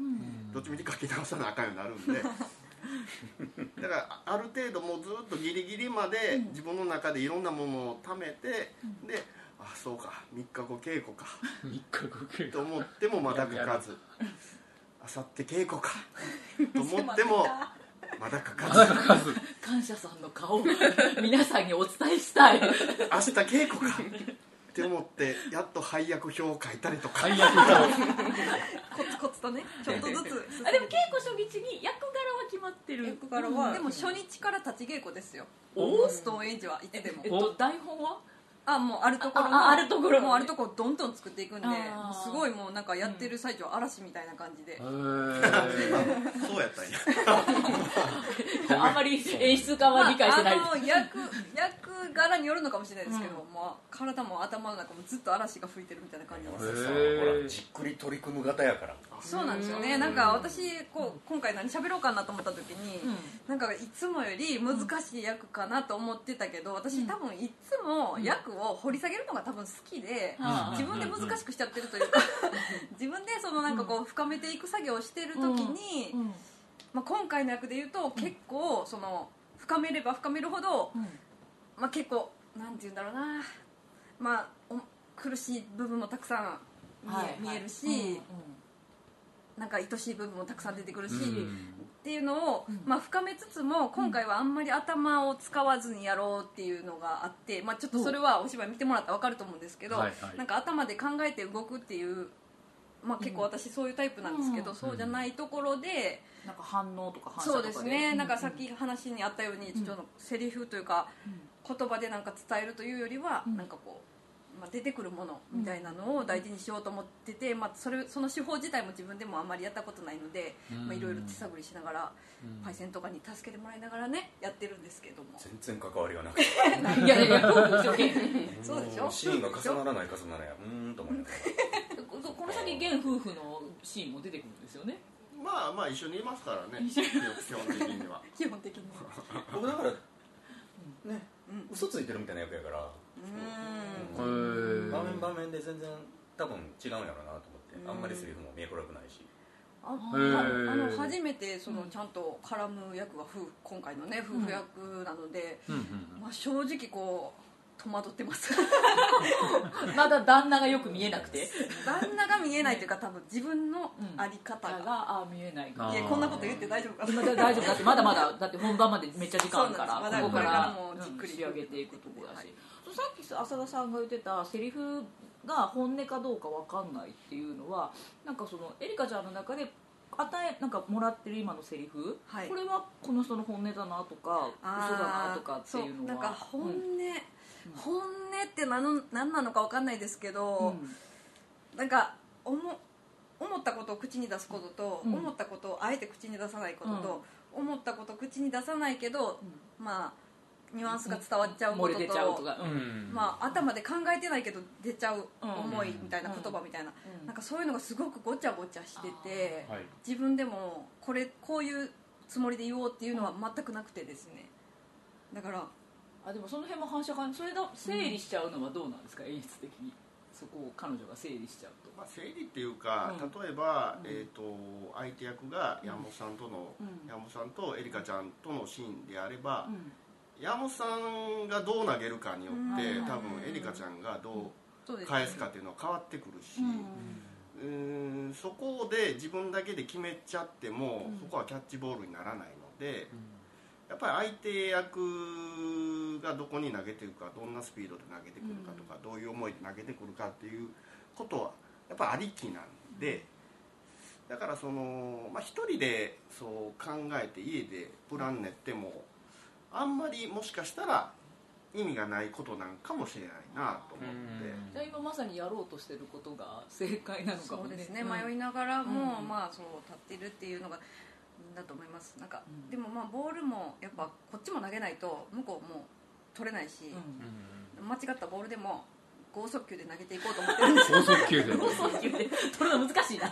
Speaker 3: どっちみち書き直さなあかんようになるん *laughs* で。だからある程度もうずっとギリギリまで自分の中でいろんなものを貯めて、であそうか3日後稽古か
Speaker 1: うん三日後稽古
Speaker 3: と思ってもまだ書かずあさって稽古 *laughs* かと思ってもまだ書かず
Speaker 2: 感謝さんの顔を *laughs* 皆さんにお伝え *laughs* したい
Speaker 3: 明日稽古かって思ってやっと配役表を書いたりとか
Speaker 1: 最悪だ
Speaker 4: *laughs* コツコツとねちょっと
Speaker 2: *laughs*
Speaker 4: ずつ進
Speaker 2: あでも稽
Speaker 4: めて
Speaker 2: 古初日に役柄は決まってる
Speaker 6: 役柄は
Speaker 4: でも初日から立ち稽古ですよ
Speaker 2: お
Speaker 4: ストーンエイジはいつでも
Speaker 2: えっと台本は
Speaker 4: あもうあるところの
Speaker 2: あああるところのね
Speaker 4: もうあるところどんどん作っていくんで
Speaker 2: あー
Speaker 4: すごいもうなんかやってる最中は嵐みたいな感じで、
Speaker 3: そうやったんや
Speaker 2: あんまり演出家
Speaker 4: ま
Speaker 2: は理解してない
Speaker 4: あ、あの役役柄によるのかもしれないですけど、まあ、体も頭の中もずっと嵐が吹いてるみたいな感じなんですよ
Speaker 5: さ
Speaker 1: へ
Speaker 5: あほ
Speaker 1: ー
Speaker 5: らじっくり取り組む方やから
Speaker 4: そうなんですよねなんか私こう今回何喋ろうかなと思った時に、
Speaker 2: うん
Speaker 4: なんかいつもより難しい役かなと思ってたけど私多分いつも役を掘り下げるのが多分好きで、
Speaker 2: うん
Speaker 4: 自分で難しくしちゃってるというか *laughs* 自分でそのなんかこう深めていく作業をしてる時に、
Speaker 2: うん
Speaker 4: まあ、今回の役で言うと結構その深めれば深めるほど、
Speaker 2: うん
Speaker 4: まあ、結構なんて言うんだろうな、まあ、お苦しい部分もたくさん見え,、
Speaker 2: はい
Speaker 4: 見えるし、
Speaker 2: うんうん
Speaker 4: なんか愛しい部分もたくさん出てくるし、
Speaker 1: うん
Speaker 4: っていうのを、まあ、深めつつも今回はあんまり頭を使わずにやろうっていうのがあって、まあ、ちょっとそれはお芝居見てもらったら分かると思うんですけど、
Speaker 1: はいはい
Speaker 4: なんか頭で考えて動くっていう、まあ、結構私そういうタイプなんですけど、
Speaker 2: うん
Speaker 4: そうじゃないところで、
Speaker 2: なんか反応とか反射とか
Speaker 4: そうですね、なんかさっき話にあったようにちょっとセリフというか、言葉でなんか伝えるというよりは、
Speaker 2: うん
Speaker 4: なんかこう、まあ、出てくるものみたいなのを大事にしようと思ってて、まあ、それその手法自体も自分でもあんまりやったことないので
Speaker 1: うん
Speaker 4: まあいろいろ手探りしながら、
Speaker 1: うん
Speaker 4: パイセンとかに助けてもらいながらねやってるんですけども
Speaker 5: 全然関わりがなくて
Speaker 2: いやいやこうでしょ現
Speaker 4: そうでしょ
Speaker 5: シーンが重ならない重ならないうーんと思いながら
Speaker 2: *laughs* この先現夫婦のシーンも出てくるんですよね
Speaker 3: まあまあ一緒にいますからね基本的には
Speaker 4: 基本的に
Speaker 5: 僕だからね
Speaker 4: うん
Speaker 5: 嘘ついてるみたいな役やから
Speaker 4: う
Speaker 1: へ
Speaker 4: ん
Speaker 1: ー
Speaker 5: 場面場面で全然多分違うんやろうなと思って
Speaker 4: うん
Speaker 5: あんまりセリフも見えこらくないし
Speaker 4: あ
Speaker 2: へ
Speaker 1: ー
Speaker 4: あの初めてその
Speaker 2: うん
Speaker 4: ちゃんと絡む役が夫婦今回のね夫婦役なので、
Speaker 1: うんうん
Speaker 4: まあ、正直こう戸惑ってます
Speaker 2: まだ旦那がよく見えなくて
Speaker 4: 旦那が見えないというか多分自分のあり方
Speaker 2: だ
Speaker 4: が、
Speaker 2: がああ見えない
Speaker 1: あ
Speaker 4: いや
Speaker 1: ー
Speaker 4: こんなこと言って大丈夫かな
Speaker 2: まだ *laughs* 大丈夫だってまだまだだって本番までめっちゃ時間あるか
Speaker 4: そうなんで
Speaker 2: ら
Speaker 4: す
Speaker 2: ここか
Speaker 4: まだ
Speaker 2: ら
Speaker 4: これからもじっくり
Speaker 2: うん仕上げていくとこだ
Speaker 4: は
Speaker 2: し
Speaker 4: い
Speaker 2: そうさっき浅田さんが言ってたセリフが本音かどうかわかんないっていうのはなんかそのエリカちゃんの中で与えなんかもらってる今のセリフ、
Speaker 4: はい
Speaker 2: これはこの人の本音だなとか
Speaker 4: あー
Speaker 2: 嘘だなとかっていうのは
Speaker 4: そうなんか本音、
Speaker 2: うん
Speaker 4: 本音って何の何なのか分かんないですけど、
Speaker 2: うん
Speaker 4: なんか思思ったことを口に出すことと、
Speaker 2: うん
Speaker 4: 思ったことをあえて口に出さないことと、思ったことを口に出さないけど、まあニュアンスが伝わっちゃうこ
Speaker 2: 漏
Speaker 4: と
Speaker 2: れ
Speaker 4: と
Speaker 2: 出ちゃうとか、うん
Speaker 1: うん
Speaker 4: まあ、頭で考えてないけど出ちゃう
Speaker 2: うん
Speaker 4: 思いみたいな
Speaker 2: うん
Speaker 4: 言葉みたいな,、
Speaker 2: うん
Speaker 4: なんかそういうのがすごくごちゃごちゃしてて、
Speaker 1: はい
Speaker 4: 自分でもこれこういうつもりで言おうっていうのは全くなくてですねだから
Speaker 2: あでもその辺も反射感それだ整理しちゃうのはどうなんですか、演出的にそこを彼女が整理しちゃうと
Speaker 3: まあ整理っていうか、
Speaker 2: うん
Speaker 3: 例えば、
Speaker 2: うん
Speaker 3: えー、と相手役が山本さんとの、
Speaker 2: うん
Speaker 3: 山本さんとエリカちゃんとのシーンであれば、
Speaker 2: うん
Speaker 3: 山本さんがどう投げるかによって、
Speaker 4: うん
Speaker 3: 多分エリカちゃんがど
Speaker 4: そう
Speaker 3: う
Speaker 4: ですね
Speaker 3: 返すかっていうのは変わってくるし、
Speaker 4: う
Speaker 3: うーんそこで自分だけで決めちゃっても、
Speaker 2: うん
Speaker 3: そこはキャッチボールにならないので、やっぱり相手役がどこに投げてるかどんなスピードで投げてくるかとか、どういう思いで投げてくるかっていうことはやっぱありきなんで、だからその、まあ、一人でそう考えて家でプラン練ってもあんまりもしかしたら意味がないことなんかもしれないなと思って。
Speaker 2: じゃあ今まさにやろうとしてることが正解なのか
Speaker 4: そ
Speaker 2: も
Speaker 4: う
Speaker 2: ね
Speaker 4: ですね、
Speaker 2: うん
Speaker 4: 迷いながらも、
Speaker 2: うん
Speaker 4: まあそう立ってるっていうのがうんだと思いますなんか、
Speaker 2: うん
Speaker 4: でもまあボールもやっぱこっちも投げないと向こうも取れないし、
Speaker 2: うん
Speaker 4: 間違ったボールでも剛速球で投げていこうと思ってるんです
Speaker 1: 高速球で
Speaker 2: 放送球で取るの難しいな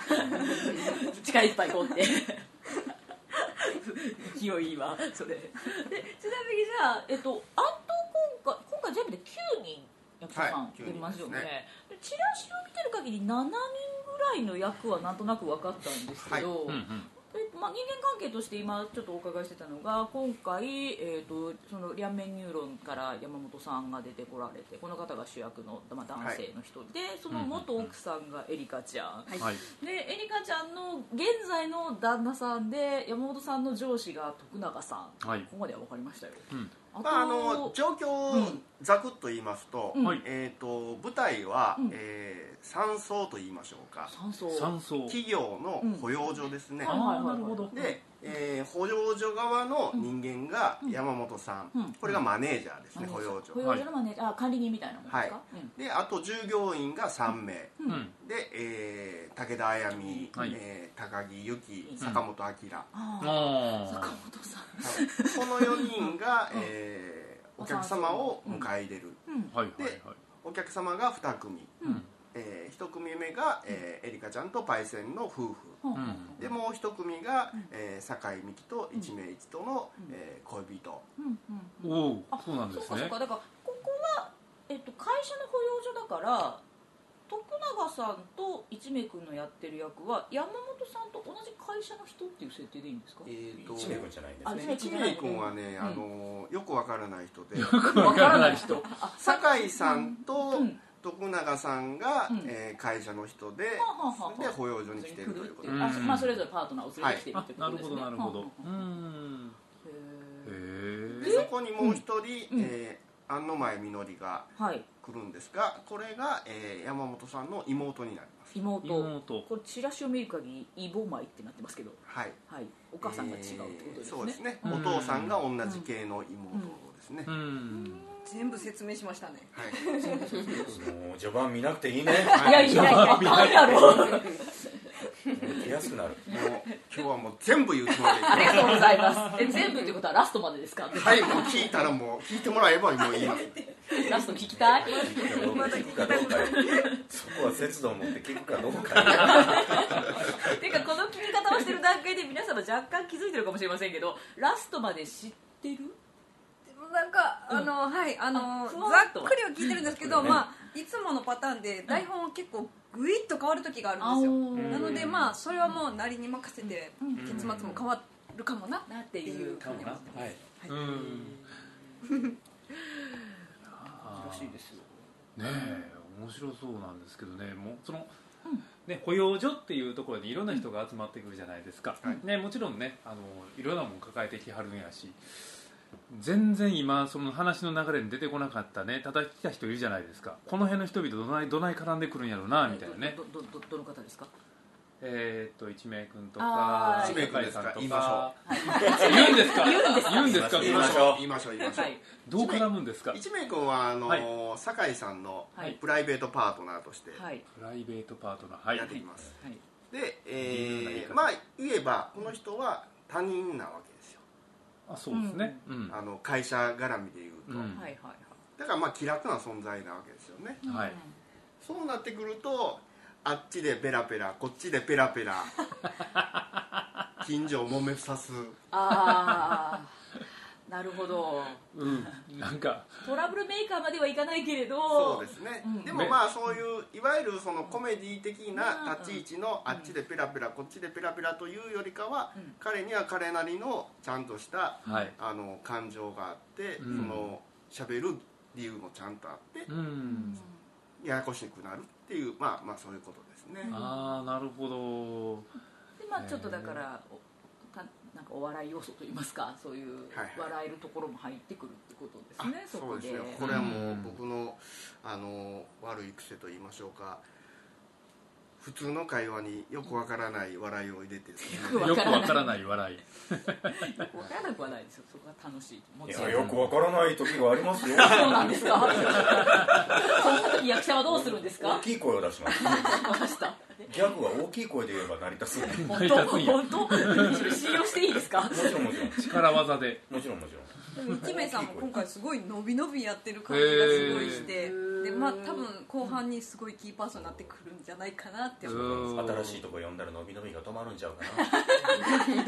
Speaker 2: *laughs* 力いっぱいこうって勢いいいわそれでちなみにじゃあ、えっと、あと今回今回全部で9人役者さ
Speaker 3: は
Speaker 2: ん
Speaker 3: い
Speaker 2: 出ますよね,
Speaker 3: 9
Speaker 2: で、
Speaker 3: 人で
Speaker 2: チラシを見てる限り7人ぐらいの役はなんとなく分かったんですけど、
Speaker 1: うんうん
Speaker 2: えっとまあ、人間関係として今ちょっとお伺いしてたのが今回、えっとその両面ニューロンから山本さんが出てこられてこの方が主役の、まあ、男性の人で、その元奥さんがエリカちゃん、
Speaker 1: はい
Speaker 2: でエリカちゃんの現在の旦那さんで山本さんの上司が徳永さん、
Speaker 1: はい
Speaker 2: ここまでは分かりましたよ、
Speaker 1: うん
Speaker 2: あ
Speaker 3: まあ、あの状況をざくっと言いますと,、
Speaker 2: うん
Speaker 1: はい
Speaker 3: えー、と舞台は、
Speaker 2: うん
Speaker 3: えー山荘と言いましょうか
Speaker 2: 酸素
Speaker 1: 山荘
Speaker 3: 企業の保養所ですね、
Speaker 2: うん
Speaker 1: ああなるほど
Speaker 3: で、えー保養所側の人間が山本さん、
Speaker 2: うん
Speaker 3: これがマネージャーですね、
Speaker 2: マ
Speaker 3: 保
Speaker 2: ネージャー
Speaker 3: 養所、
Speaker 2: 保養所のマネージャー、あ管理人みたいなもんですか、
Speaker 3: はいであと従業員が3名、
Speaker 1: うん
Speaker 3: で、えー武田綾美、
Speaker 1: はい
Speaker 3: えー高木由紀
Speaker 2: うん
Speaker 3: 坂
Speaker 2: *laughs*
Speaker 3: 本明、
Speaker 2: ああ坂
Speaker 1: あ
Speaker 2: 本さん
Speaker 3: この4人が、えーお客様を迎え入れる、
Speaker 2: うん
Speaker 1: あはいはいはい
Speaker 3: でお客様が2組、
Speaker 1: うん
Speaker 3: え1組目が、えーエリカちゃんとパイセンの夫婦
Speaker 2: ほう
Speaker 1: うん
Speaker 3: でもう1組が、
Speaker 2: ん
Speaker 3: えー酒井美紀と一命一との、
Speaker 2: うん
Speaker 3: えー恋人
Speaker 2: うんうん
Speaker 1: おお
Speaker 2: あ
Speaker 1: そうなんで
Speaker 2: そう
Speaker 1: す
Speaker 2: かそう
Speaker 1: ね
Speaker 2: かだからここは、えっと、会社の保養所だから徳永さんと一明君のやってる役は山本さんと同じ会社の人っていう設定でいいんですか
Speaker 3: えーと
Speaker 5: 一名君じゃないんで
Speaker 2: あ
Speaker 5: す
Speaker 2: 一
Speaker 5: ね
Speaker 2: 明
Speaker 3: 一
Speaker 2: 君じゃない
Speaker 3: 明君はね、
Speaker 2: うん
Speaker 3: あのよくわからない人で
Speaker 2: わからない人あ
Speaker 3: 酒井さんと
Speaker 2: うん
Speaker 3: 徳永さんが、
Speaker 2: うん
Speaker 3: えー会社の人で、
Speaker 2: はあはあはあ
Speaker 3: で保養所に来てるということで、
Speaker 1: うん
Speaker 2: あそまあ、それぞれパートナーを連れてきてる
Speaker 1: あ
Speaker 2: ってこ
Speaker 1: な
Speaker 2: と
Speaker 1: る
Speaker 2: です
Speaker 1: ほ
Speaker 2: ね
Speaker 1: どなるほど
Speaker 2: は
Speaker 1: うん
Speaker 2: あはあへえ
Speaker 1: へえ
Speaker 3: でそこにもう一人、
Speaker 2: うん
Speaker 3: え安野前みのりが
Speaker 2: はい
Speaker 3: 来るんですがこれが、えー山本さんの妹になります
Speaker 2: 妹
Speaker 1: 妹
Speaker 2: これチラシを見る限りイボマイってなってますけど
Speaker 3: はい
Speaker 2: はいお母さんが違うってこと
Speaker 3: えー
Speaker 2: ですね、
Speaker 3: そうですね、
Speaker 1: うん
Speaker 3: お父さんが同じ系の妹ですね、
Speaker 1: うん
Speaker 4: 全部説明しましたね
Speaker 3: はい
Speaker 5: もう序盤見なくていいね
Speaker 2: いやい
Speaker 1: *laughs*
Speaker 2: やいやあかんやろ
Speaker 5: 来やすくなる
Speaker 3: もう今日はもう全部言うつもりでいき
Speaker 2: あり
Speaker 3: ま
Speaker 2: がとうございますえ全部ってことはラストまでですか
Speaker 3: すはいもう聞いたらもう聞いてもらえばもう言います
Speaker 2: ラスト聞きたい
Speaker 5: 聞くかどうかよそこは節度を持って聞くかどうかよ
Speaker 2: ていうかこの聞き方をしてる段階で皆様若干気づいてるかもしれませんけどラストまで知ってる
Speaker 4: なんかあの、はいあの
Speaker 2: あ
Speaker 4: ざ
Speaker 2: ふわっと
Speaker 4: っくりは聞いてるんですけど、
Speaker 5: うん
Speaker 4: まあいつものパターンで台本を結構グイッと変わる時があるんです
Speaker 2: あ
Speaker 4: よな
Speaker 2: ー
Speaker 4: のでまあそれはもうなりに任せて
Speaker 2: ん
Speaker 4: 結末も変わるかもな
Speaker 2: なっていう
Speaker 7: かもなはい
Speaker 1: うんらしいですよねえ面白そうなんですけどねもうその、ね、保養所っていうところにいろんな人が集まってくるじゃないですか、ね、もちろんねあのいろんなもん抱えてきはるんやし全然今その話の流れに出てこなかったね叩き来た人いるじゃないですかこの辺の人々どないどない絡んでくるんやろうなみたいなね
Speaker 2: どどどどの方ですか
Speaker 1: えー、っと一名君と
Speaker 2: あ
Speaker 1: か
Speaker 2: ー一
Speaker 3: 名君
Speaker 1: さん
Speaker 3: 言
Speaker 1: と
Speaker 3: いま
Speaker 1: か言うんですか言うんですか
Speaker 5: 言いましょう
Speaker 3: 言いましょう言いましょう、
Speaker 2: はい
Speaker 1: どう絡むんですか
Speaker 3: 一名君はあのー酒井さんの
Speaker 2: はい
Speaker 3: プライベートパートナーとして
Speaker 2: はい
Speaker 1: プライベートパートナーはい
Speaker 3: やってきます、
Speaker 2: はい
Speaker 3: で、
Speaker 1: 微妙な言い
Speaker 3: えー
Speaker 1: 方
Speaker 3: まあ言えばこの人は他人なわけですよ
Speaker 1: あそうですねうん、
Speaker 3: あの会社絡みでいう
Speaker 1: う
Speaker 3: と、
Speaker 1: ん
Speaker 2: はいはい
Speaker 3: だからまあ気楽な存在なわけですよね
Speaker 1: はい
Speaker 3: そうなってくるとあっちでペラペラこっちでペラペラ近所を揉めさす
Speaker 2: ああなるほど
Speaker 1: うん、なんか
Speaker 2: トラブルメーカーまではいかないけれど
Speaker 3: そうですね、
Speaker 2: うん
Speaker 3: でもまあそういういわゆるそのコメディ的な立ち位置のあっちでペラペラこっちでペラペラというよりかは、
Speaker 2: うん
Speaker 3: 彼には彼なりのちゃんとした
Speaker 1: はい
Speaker 3: あの感情があって、
Speaker 1: うん
Speaker 3: その喋る理由もちゃんとあって、
Speaker 1: うん
Speaker 3: ややこしくなるっていうまあまあそういうことですね、
Speaker 1: ああなるほど
Speaker 2: でまあちょっとだからおかなんかお笑い要素といいますかそういう
Speaker 3: はいはい
Speaker 2: 笑えるところも入ってくるってことです
Speaker 3: あ
Speaker 2: ね、そ
Speaker 3: そ
Speaker 2: こ
Speaker 3: うで
Speaker 2: です
Speaker 3: よこれはもう僕のあの悪い癖と言いましょうか普通の会話によくわからない笑いを入れて進めて
Speaker 1: よくわからない笑い
Speaker 2: わからなくはないですよそこが楽しいも *laughs*
Speaker 5: い
Speaker 2: ちろ
Speaker 5: や
Speaker 2: ん
Speaker 5: よくわからない時がありますよ
Speaker 2: そうなんですか *laughs* そんな時役者はどうするんです
Speaker 5: 大
Speaker 2: か
Speaker 5: きい声を出します
Speaker 2: わかりました
Speaker 5: ギャグは大きい声で言えば成り立つんでも
Speaker 2: 本当本当それ信用していいです
Speaker 5: *laughs*
Speaker 2: か
Speaker 5: ちろんもちろん
Speaker 1: 力技で
Speaker 5: もちろんもちろん
Speaker 4: でも一名さんも今回すごい伸び伸びやってる感じがすごいしてでまあ多分後半にすごいキーパーソンになってくるんじゃないかなって思う
Speaker 5: 新しいとこ呼んだら伸び伸びが止まるんちゃうかな急に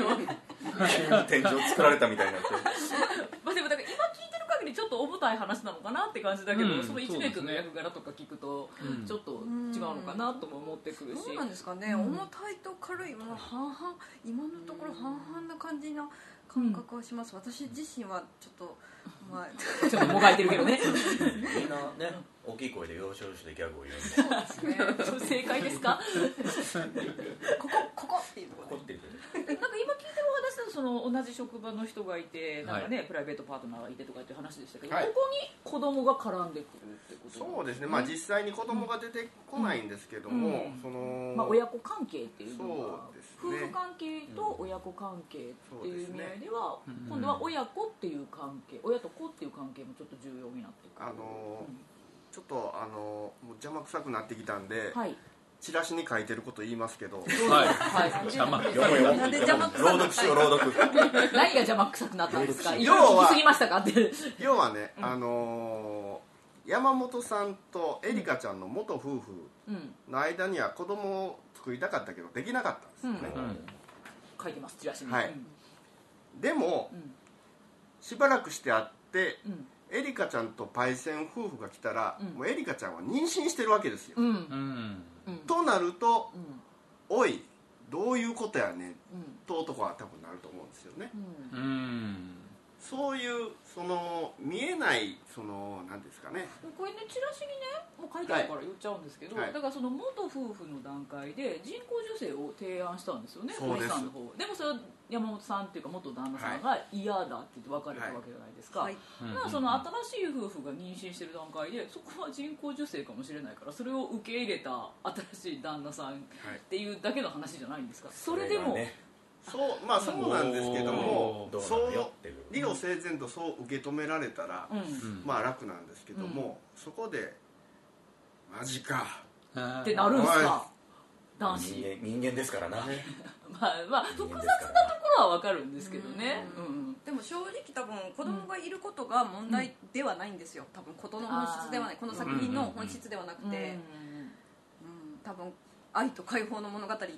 Speaker 5: 天井作られたみたいになって
Speaker 2: まあでもだから今聞いてる限りちょっと重たい話なのかなって感じだけど、
Speaker 1: うん
Speaker 2: その一名君の役柄とか聞くと
Speaker 1: うん
Speaker 2: ちょっと違うのかなとも思ってくるし、
Speaker 4: どうなんですかね、重たいと軽い、まあ、半々今のところ半々な感じの感覚はします、私自身はちょっと、まあ、
Speaker 2: ちょっともがいてるけどね
Speaker 5: みんなね大きい声で要所要所でギャグを言うんで
Speaker 2: *laughs*
Speaker 4: *laughs*
Speaker 2: 正解ですか
Speaker 4: ここここっていうとこ
Speaker 5: 怒ってる
Speaker 2: なんか今聞いてるお話だとその同じ職場の人がいてなんか、ねプライベートパートナーがいてとかっていう話でしたけど、
Speaker 3: はい
Speaker 2: ここに子供が絡んでくるってこと
Speaker 3: そうですね、まあ、実際に子供が出てこないんですけども、
Speaker 2: うん
Speaker 3: その、
Speaker 2: まあ、親子関係っていうのが
Speaker 3: そうです
Speaker 2: 夫
Speaker 3: ね
Speaker 2: 婦関係と親子関係っていう意味合いでは
Speaker 1: そうですね
Speaker 2: 今度は親子っていう関係親と子っていう関係もちょっと重要になってくる
Speaker 3: あのちょっとあのもう邪魔くさくなってきたんで、
Speaker 2: はい
Speaker 3: チラシに書いてること言います
Speaker 2: *laughs*
Speaker 3: けど
Speaker 1: はい
Speaker 2: はい
Speaker 1: 邪魔
Speaker 5: よ読
Speaker 4: なんで
Speaker 5: む
Speaker 4: 邪魔くさかったんや
Speaker 5: 朗読しよう朗
Speaker 2: 何
Speaker 5: 読
Speaker 2: が邪魔くさくなったん
Speaker 3: *laughs*
Speaker 2: ですか
Speaker 3: 要
Speaker 2: 色
Speaker 3: は
Speaker 2: を聞きすぎましたかって
Speaker 3: 要はね、あの山本さんとエリカちゃんの元夫婦
Speaker 2: うん
Speaker 3: の間には子供を作りたかったけどできなかったんですよね、
Speaker 1: うん
Speaker 2: 書いてますチラシに
Speaker 3: はい
Speaker 2: うん
Speaker 3: でも
Speaker 2: うん
Speaker 3: しばらくして会って
Speaker 2: うん
Speaker 3: エリカちゃんとパイセン夫婦が来たら、
Speaker 2: うん
Speaker 3: もうエリカちゃんは妊娠してるわけですよ、
Speaker 2: うんうん
Speaker 1: うん
Speaker 2: うん
Speaker 3: となると「おいどういうことやねん」
Speaker 2: うん
Speaker 3: と男は多分なると思うんですよね
Speaker 2: うん
Speaker 1: うん
Speaker 3: そういうその見えないそのなんですかね
Speaker 2: これねチラシにねもう書いてあるから言っちゃうんですけど、
Speaker 3: はい
Speaker 2: だからその元夫婦の段階で人工授精を提案したんですよね
Speaker 3: そうで
Speaker 2: 堀
Speaker 3: す
Speaker 2: さんの方でもそれは山本さんっていうか元旦那さんが嫌だって言って別れたわけじゃないですか、
Speaker 4: はい
Speaker 1: うん
Speaker 2: まあ、その新しい夫婦が妊娠してる段階でそこは人工授精かもしれないからそれを受け入れた新しい旦那さんっていうだけの話じゃないんですかそれでも、
Speaker 5: がね
Speaker 3: そうまあそうなんですけども
Speaker 5: どうな
Speaker 3: そ
Speaker 5: の
Speaker 3: う
Speaker 5: よっていう
Speaker 3: 理を整然とそう受け止められたら
Speaker 2: うん
Speaker 1: うん
Speaker 3: まあ楽なんですけどもそこでマジか
Speaker 1: あー
Speaker 2: ってなるんすか
Speaker 3: は
Speaker 2: 男子
Speaker 5: 人間人間ですからな
Speaker 2: まあまあ
Speaker 5: 人
Speaker 2: 複
Speaker 5: 間
Speaker 2: 雑なと
Speaker 5: ですからな
Speaker 2: ころは分かるんですけどね
Speaker 4: う
Speaker 2: うん
Speaker 4: でも正直多分子供がいることが問題ではないんですよ多分ことの本質ではない
Speaker 2: あー
Speaker 4: この作品の本質ではなく
Speaker 2: うん
Speaker 4: て、うん多分愛と解放の物語っても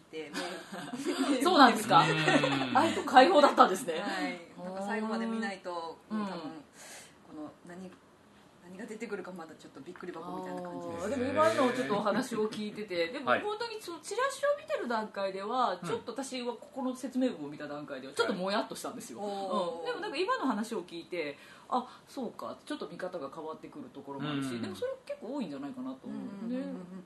Speaker 2: *laughs*
Speaker 4: う
Speaker 2: そうなんですか
Speaker 1: *laughs* うん
Speaker 2: 愛と解放だったんですね
Speaker 4: はい、なんか最後まで見ないと、
Speaker 2: うん
Speaker 4: 多分この何何が出てくるかまだちょっとびっくり箱みたいな感じです
Speaker 2: あーでも今のちょっとお話を聞いててでも
Speaker 1: は
Speaker 2: 本
Speaker 1: い
Speaker 2: 当にそのチラシを見てる段階ではちょっと私はここの説明文を見た段階ではちょっともやっとしたんですよ、
Speaker 4: はい
Speaker 2: うんでもなんか今の話を聞いてあそうかちょっと見方が変わってくるところもあるし、
Speaker 1: うん
Speaker 2: でもそれ結構多いんじゃないかなと思うんで、
Speaker 4: うん
Speaker 2: ね
Speaker 4: うんうんうん
Speaker 2: うん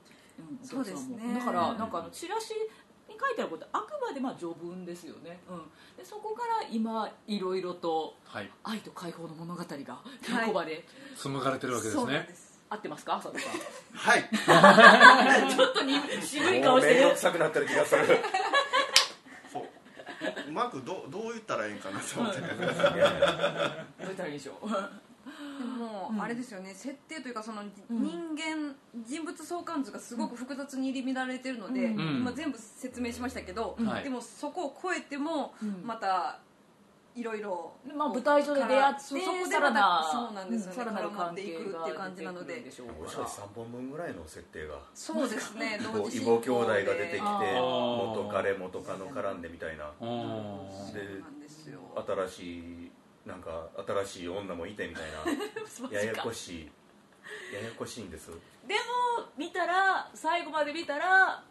Speaker 4: そうですね
Speaker 2: だからなんかあのチラシに書いてあることあくまでまあ序文ですよね、うん、でそこから今いろいろと
Speaker 1: はい
Speaker 2: 愛と解放の物語が稽古場で
Speaker 1: 紡がれてるわけです
Speaker 4: そうなん
Speaker 1: ね
Speaker 4: です
Speaker 2: 合ってますか浅野
Speaker 4: *laughs*
Speaker 2: さん
Speaker 3: はい
Speaker 2: ちょっとに渋い
Speaker 5: も
Speaker 2: 顔
Speaker 5: う
Speaker 2: して
Speaker 5: 面
Speaker 2: る
Speaker 5: 倒くさくなってる気がする
Speaker 3: そううまくどうどう言ったらいいんかなと思って
Speaker 5: いやいや
Speaker 2: どう言ったらいいでしょう
Speaker 4: でも、
Speaker 2: うん
Speaker 4: あれですよね設定というかその、
Speaker 2: うん
Speaker 4: 人間人物相関図がすごく複雑に入り乱れてるので、
Speaker 2: うん
Speaker 4: 今全部説明しましたけど、
Speaker 2: うん
Speaker 1: はい
Speaker 4: でもそこを超えても、
Speaker 2: うん
Speaker 4: またいろいろ
Speaker 2: でまあ、舞台上で出会って
Speaker 4: そこでまた
Speaker 2: さらな
Speaker 4: そうなんですよね
Speaker 2: さらなる関係
Speaker 4: 絡まっていくっていう感じなので
Speaker 2: 出てくるしょう
Speaker 5: 面白い3本分ぐらいの設定が
Speaker 4: そうですね
Speaker 5: こう
Speaker 4: 同時
Speaker 5: 異
Speaker 4: 進
Speaker 5: 母
Speaker 4: 行
Speaker 5: 兄弟が出てきて
Speaker 4: で
Speaker 2: あー
Speaker 5: 元彼元カノ絡んでみたいな
Speaker 1: う
Speaker 4: そ
Speaker 1: ん
Speaker 5: で
Speaker 4: うなんですよ
Speaker 5: 新しいなんか新しい女もいてみたい
Speaker 2: マジ *laughs*
Speaker 5: なやや
Speaker 2: か
Speaker 5: こしいややこしいんです
Speaker 2: でも見たら最後まで見たら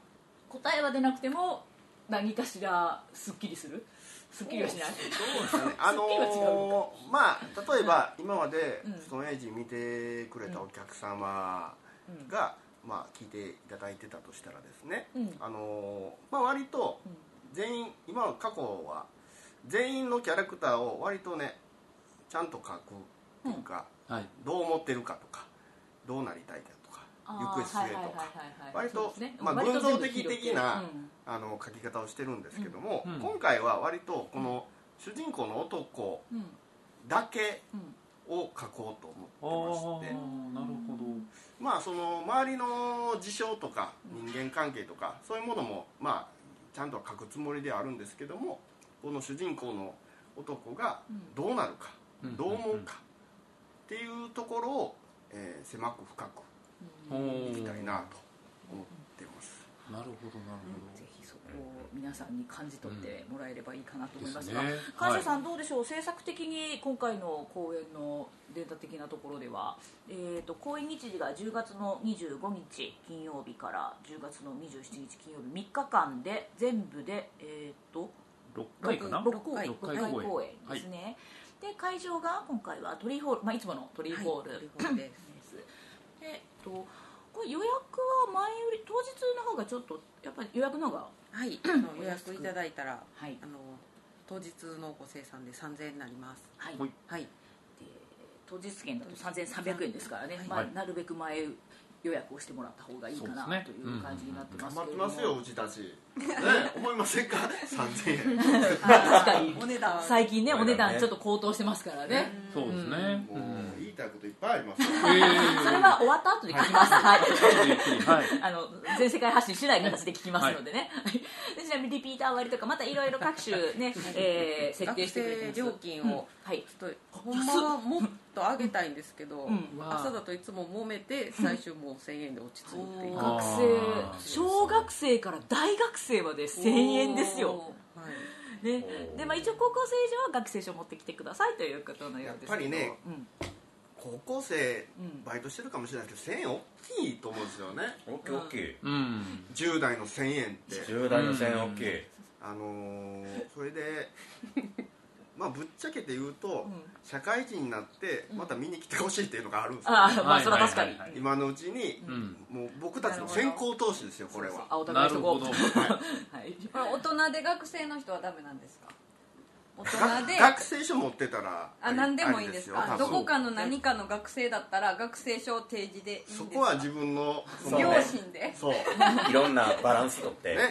Speaker 2: 答えは出なくても何かしらすっきりするすっきりはしない
Speaker 3: あ
Speaker 2: すっきりは違う
Speaker 3: のーまあ例えば今まで
Speaker 2: うん
Speaker 3: ストーンエイジ見てくれたお客様が、まあ、聞いていただいてたとしたらですね、
Speaker 2: うん
Speaker 3: あのーまあ、割と
Speaker 2: うん
Speaker 3: 全員今の過去は全員のキャラクターを割とねちゃんと書くっていうか、
Speaker 1: はい
Speaker 3: どう思ってるかとかどうなりたいかとか行
Speaker 2: あー
Speaker 3: 方末
Speaker 2: はいはい
Speaker 3: と
Speaker 2: は
Speaker 3: か
Speaker 2: いはい
Speaker 3: 割と
Speaker 2: そうですね
Speaker 3: まあ
Speaker 2: 割と全部
Speaker 3: 群像的
Speaker 2: 広く
Speaker 3: 的な
Speaker 2: うん
Speaker 3: あの書き方をしてるんですけども、
Speaker 1: うんうん
Speaker 3: 今回は割とこの主人公の男
Speaker 2: うん
Speaker 3: だけ
Speaker 2: うん
Speaker 3: を書こうと
Speaker 1: あ
Speaker 3: 思っ
Speaker 1: ー
Speaker 3: てまして
Speaker 1: なるほど
Speaker 3: まあその周りの事象とか人間関係とかそういうものもまあちゃんとは書くつもりではあるんですけどもこの主人公の男が
Speaker 2: うん
Speaker 3: どうなるか
Speaker 1: うん
Speaker 3: どう思うかっていうところを、えー狭く深
Speaker 2: うん
Speaker 1: おー
Speaker 3: くいきたいなと思ってます
Speaker 1: なるほどなる
Speaker 2: ぜひそこを皆さんに感じ取ってもらえればいいかなと
Speaker 1: ほど
Speaker 2: 思います
Speaker 1: ね
Speaker 2: が、
Speaker 1: はい
Speaker 2: 感謝さんどうでしょう制作的に今回の公演のデータ的なところでは、えー、と公演日時が10月の25日金曜日から10月の27日金曜日3日間で全部で、えー、と
Speaker 1: 六回かな
Speaker 2: 六公演
Speaker 1: 六回
Speaker 2: 六
Speaker 1: 公演
Speaker 2: 公演ですね、で会場が今回はトリーホール、まあ、いつものトリーホール、
Speaker 6: はいトリーホールです
Speaker 2: でえっとこれ予約は前より当日の方がちょっとやっぱり予約の方が
Speaker 6: はいあの予約いただいたら
Speaker 2: はい
Speaker 6: あの当日のご生産で3000円になります
Speaker 2: はい、
Speaker 1: はい
Speaker 6: はい
Speaker 2: で当日券だと3300円ですからね、
Speaker 6: はい
Speaker 2: まあ、
Speaker 1: はい
Speaker 2: なるべく前予約をしてもらった方がいいかな
Speaker 1: そうですね
Speaker 2: という感じになってま
Speaker 3: 頑
Speaker 2: す
Speaker 3: 張
Speaker 2: け
Speaker 3: っ
Speaker 2: れ
Speaker 3: て
Speaker 2: ども、
Speaker 3: ますようちたち、ね、 *laughs* 思いませんか3000
Speaker 2: あー確かに
Speaker 4: お値段
Speaker 2: 最近ね
Speaker 5: そう
Speaker 2: お
Speaker 5: だね
Speaker 2: 値段ちょっと高騰してますからね、
Speaker 1: そうです
Speaker 3: 円
Speaker 1: ね
Speaker 3: も
Speaker 1: う
Speaker 3: うん言いたいこといっぱいありますよ
Speaker 1: えー
Speaker 2: それは終わった後で聞きますはい、 *laughs*
Speaker 1: ゆっくりはい
Speaker 2: あの全世界発信しない形で聞きますのでね、でちなみにリピーター割とかまたいろいろ各種ね、えー設定してくれてます
Speaker 6: 学生料金を
Speaker 2: うんはい
Speaker 6: ちょっとほんまはもっと上げたいんですけど、
Speaker 2: うん
Speaker 6: 朝だといつも揉めて最終もう1000円で落ち着いていく、
Speaker 2: 学
Speaker 6: は
Speaker 1: あ
Speaker 2: 生小学生から大学生まで1000円ですよ、ね
Speaker 5: お、ー
Speaker 2: で、まあ、一応高校生以上は学生証持ってきてくださいということのようですけど
Speaker 3: やっぱりね
Speaker 2: うん
Speaker 3: 高校生
Speaker 2: うん
Speaker 3: バイトしてるかもしれないですけど1000円大きいと思うんですよね
Speaker 5: オッケーオッケー
Speaker 1: うん
Speaker 3: 10代の1000円って
Speaker 5: 10代の線オッケ
Speaker 3: あのーそれでまあ、ぶっちゃけて言うと、
Speaker 2: うん
Speaker 3: 社会人になって
Speaker 2: うん
Speaker 3: また見に来てほしいっていうのがあるんですよ、
Speaker 2: ああまあ
Speaker 1: はい
Speaker 2: それは確かに、
Speaker 1: はいはい
Speaker 3: 今のうちに、
Speaker 1: うん
Speaker 3: もう僕たちの先行投資ですよこれは
Speaker 2: あお互
Speaker 1: ないる
Speaker 2: そこ
Speaker 1: ほど
Speaker 2: はい
Speaker 4: これ大人で学生の人はダメなんですか大人で
Speaker 3: が学生証持ってたら
Speaker 4: あ何でもいいです
Speaker 3: あ
Speaker 4: か
Speaker 3: り
Speaker 4: ど
Speaker 3: よ
Speaker 4: こかの何かの学生だったら学生証提示でいいんです
Speaker 3: そ
Speaker 4: か
Speaker 3: こは自分のその
Speaker 4: 両
Speaker 5: ね
Speaker 4: 親で
Speaker 3: そうね
Speaker 5: いろんなバランスとって、
Speaker 3: *laughs*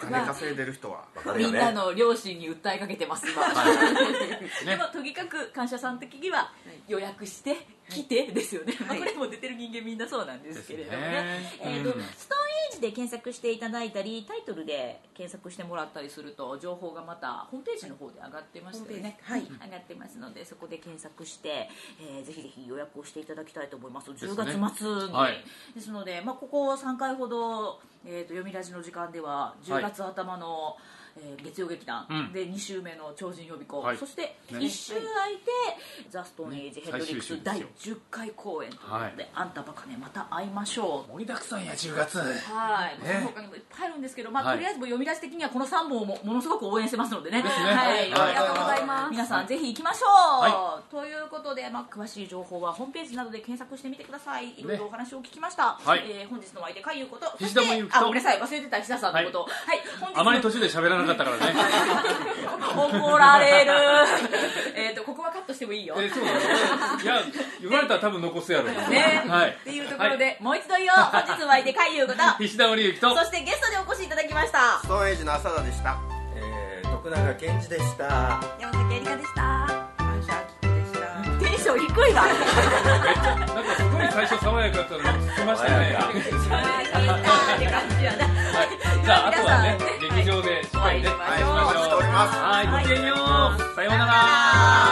Speaker 3: 金稼いでる人は
Speaker 5: わかる
Speaker 2: み
Speaker 5: よ
Speaker 2: んな
Speaker 5: ね
Speaker 2: の両親に訴えかけてます
Speaker 1: *laughs*
Speaker 2: 今、で
Speaker 1: ね
Speaker 2: もとにかく感謝さん的には予約して来てですよね、まあこれも出てる人間みんなそうなんですけれどもね
Speaker 1: ですね
Speaker 2: えーと
Speaker 1: うん
Speaker 2: ストーンエイジで検索していただいたりタイトルで検索してもらったりすると情報がまたホームページの方で上がってましたよね、
Speaker 6: はいホームページ
Speaker 2: 上がってますのでそこで検索して、えーぜひぜひ予約をしていただきたいと思います
Speaker 1: すね
Speaker 2: 10月末にです,、
Speaker 1: はい
Speaker 2: ので、まあ、ここ3回ほど、えー、と読みラジの時間では10月頭の、えー月曜劇団、
Speaker 1: うん
Speaker 2: で2週目の超人予備校、
Speaker 1: はい
Speaker 2: そして
Speaker 1: ね
Speaker 2: 1週空いて、ザ・ストーンエイジ・ヘッドリックス
Speaker 1: ね最
Speaker 2: 第
Speaker 1: 終
Speaker 2: 10回公演ということで、あんたばかねまた会いましょう
Speaker 1: 盛りだくさんや10月
Speaker 2: はい、
Speaker 1: ね
Speaker 2: その他にもいっぱいあるんですけど、まあ、
Speaker 1: はい
Speaker 2: とりあえずもう読み出し的にはこの3本をもものすごく応援してますのでね
Speaker 1: ですね
Speaker 2: はい、
Speaker 1: はい
Speaker 4: ありがとうございます
Speaker 2: 皆さんぜひ行きましょう、
Speaker 1: は
Speaker 2: ということで、まあ、詳しい情報はホームページなどで検索してみてくださいいろいろお話を聞きました、
Speaker 1: はい
Speaker 2: えー本日のお相手かゆうこと
Speaker 1: 菱
Speaker 2: そ
Speaker 1: 田
Speaker 2: して
Speaker 1: 真由紀と
Speaker 2: あごめんなさい忘れてた菱田さんのことはい、本日の
Speaker 1: あまり途中で喋らなかったからね
Speaker 2: 怒られるえっとここはカットしてもいいよ
Speaker 1: *laughs* えそうなのいや言われたら多分残すやろね
Speaker 2: ね
Speaker 1: はい
Speaker 2: っていうところで、もう一度言おう *laughs* 本日のお相手かゆうこと *laughs*
Speaker 1: 菱田織之と
Speaker 2: そしてゲストでお越しいただきました
Speaker 3: ストーンエイジの浅田でした
Speaker 5: えー徳永健二でした
Speaker 4: 山崎えりかでした
Speaker 6: 感謝キッでした
Speaker 2: テンション低 *laughs* いな。
Speaker 1: なんかすごい最初爽やかだったのに聞きましたね
Speaker 2: って感じやな。
Speaker 1: じゃああとはね
Speaker 2: 皆さん
Speaker 1: 劇場でしっかりね
Speaker 2: はい
Speaker 1: お会いしましょう
Speaker 3: お会いしましょう
Speaker 1: はいごきげんようさような
Speaker 2: さような
Speaker 1: ら
Speaker 2: ら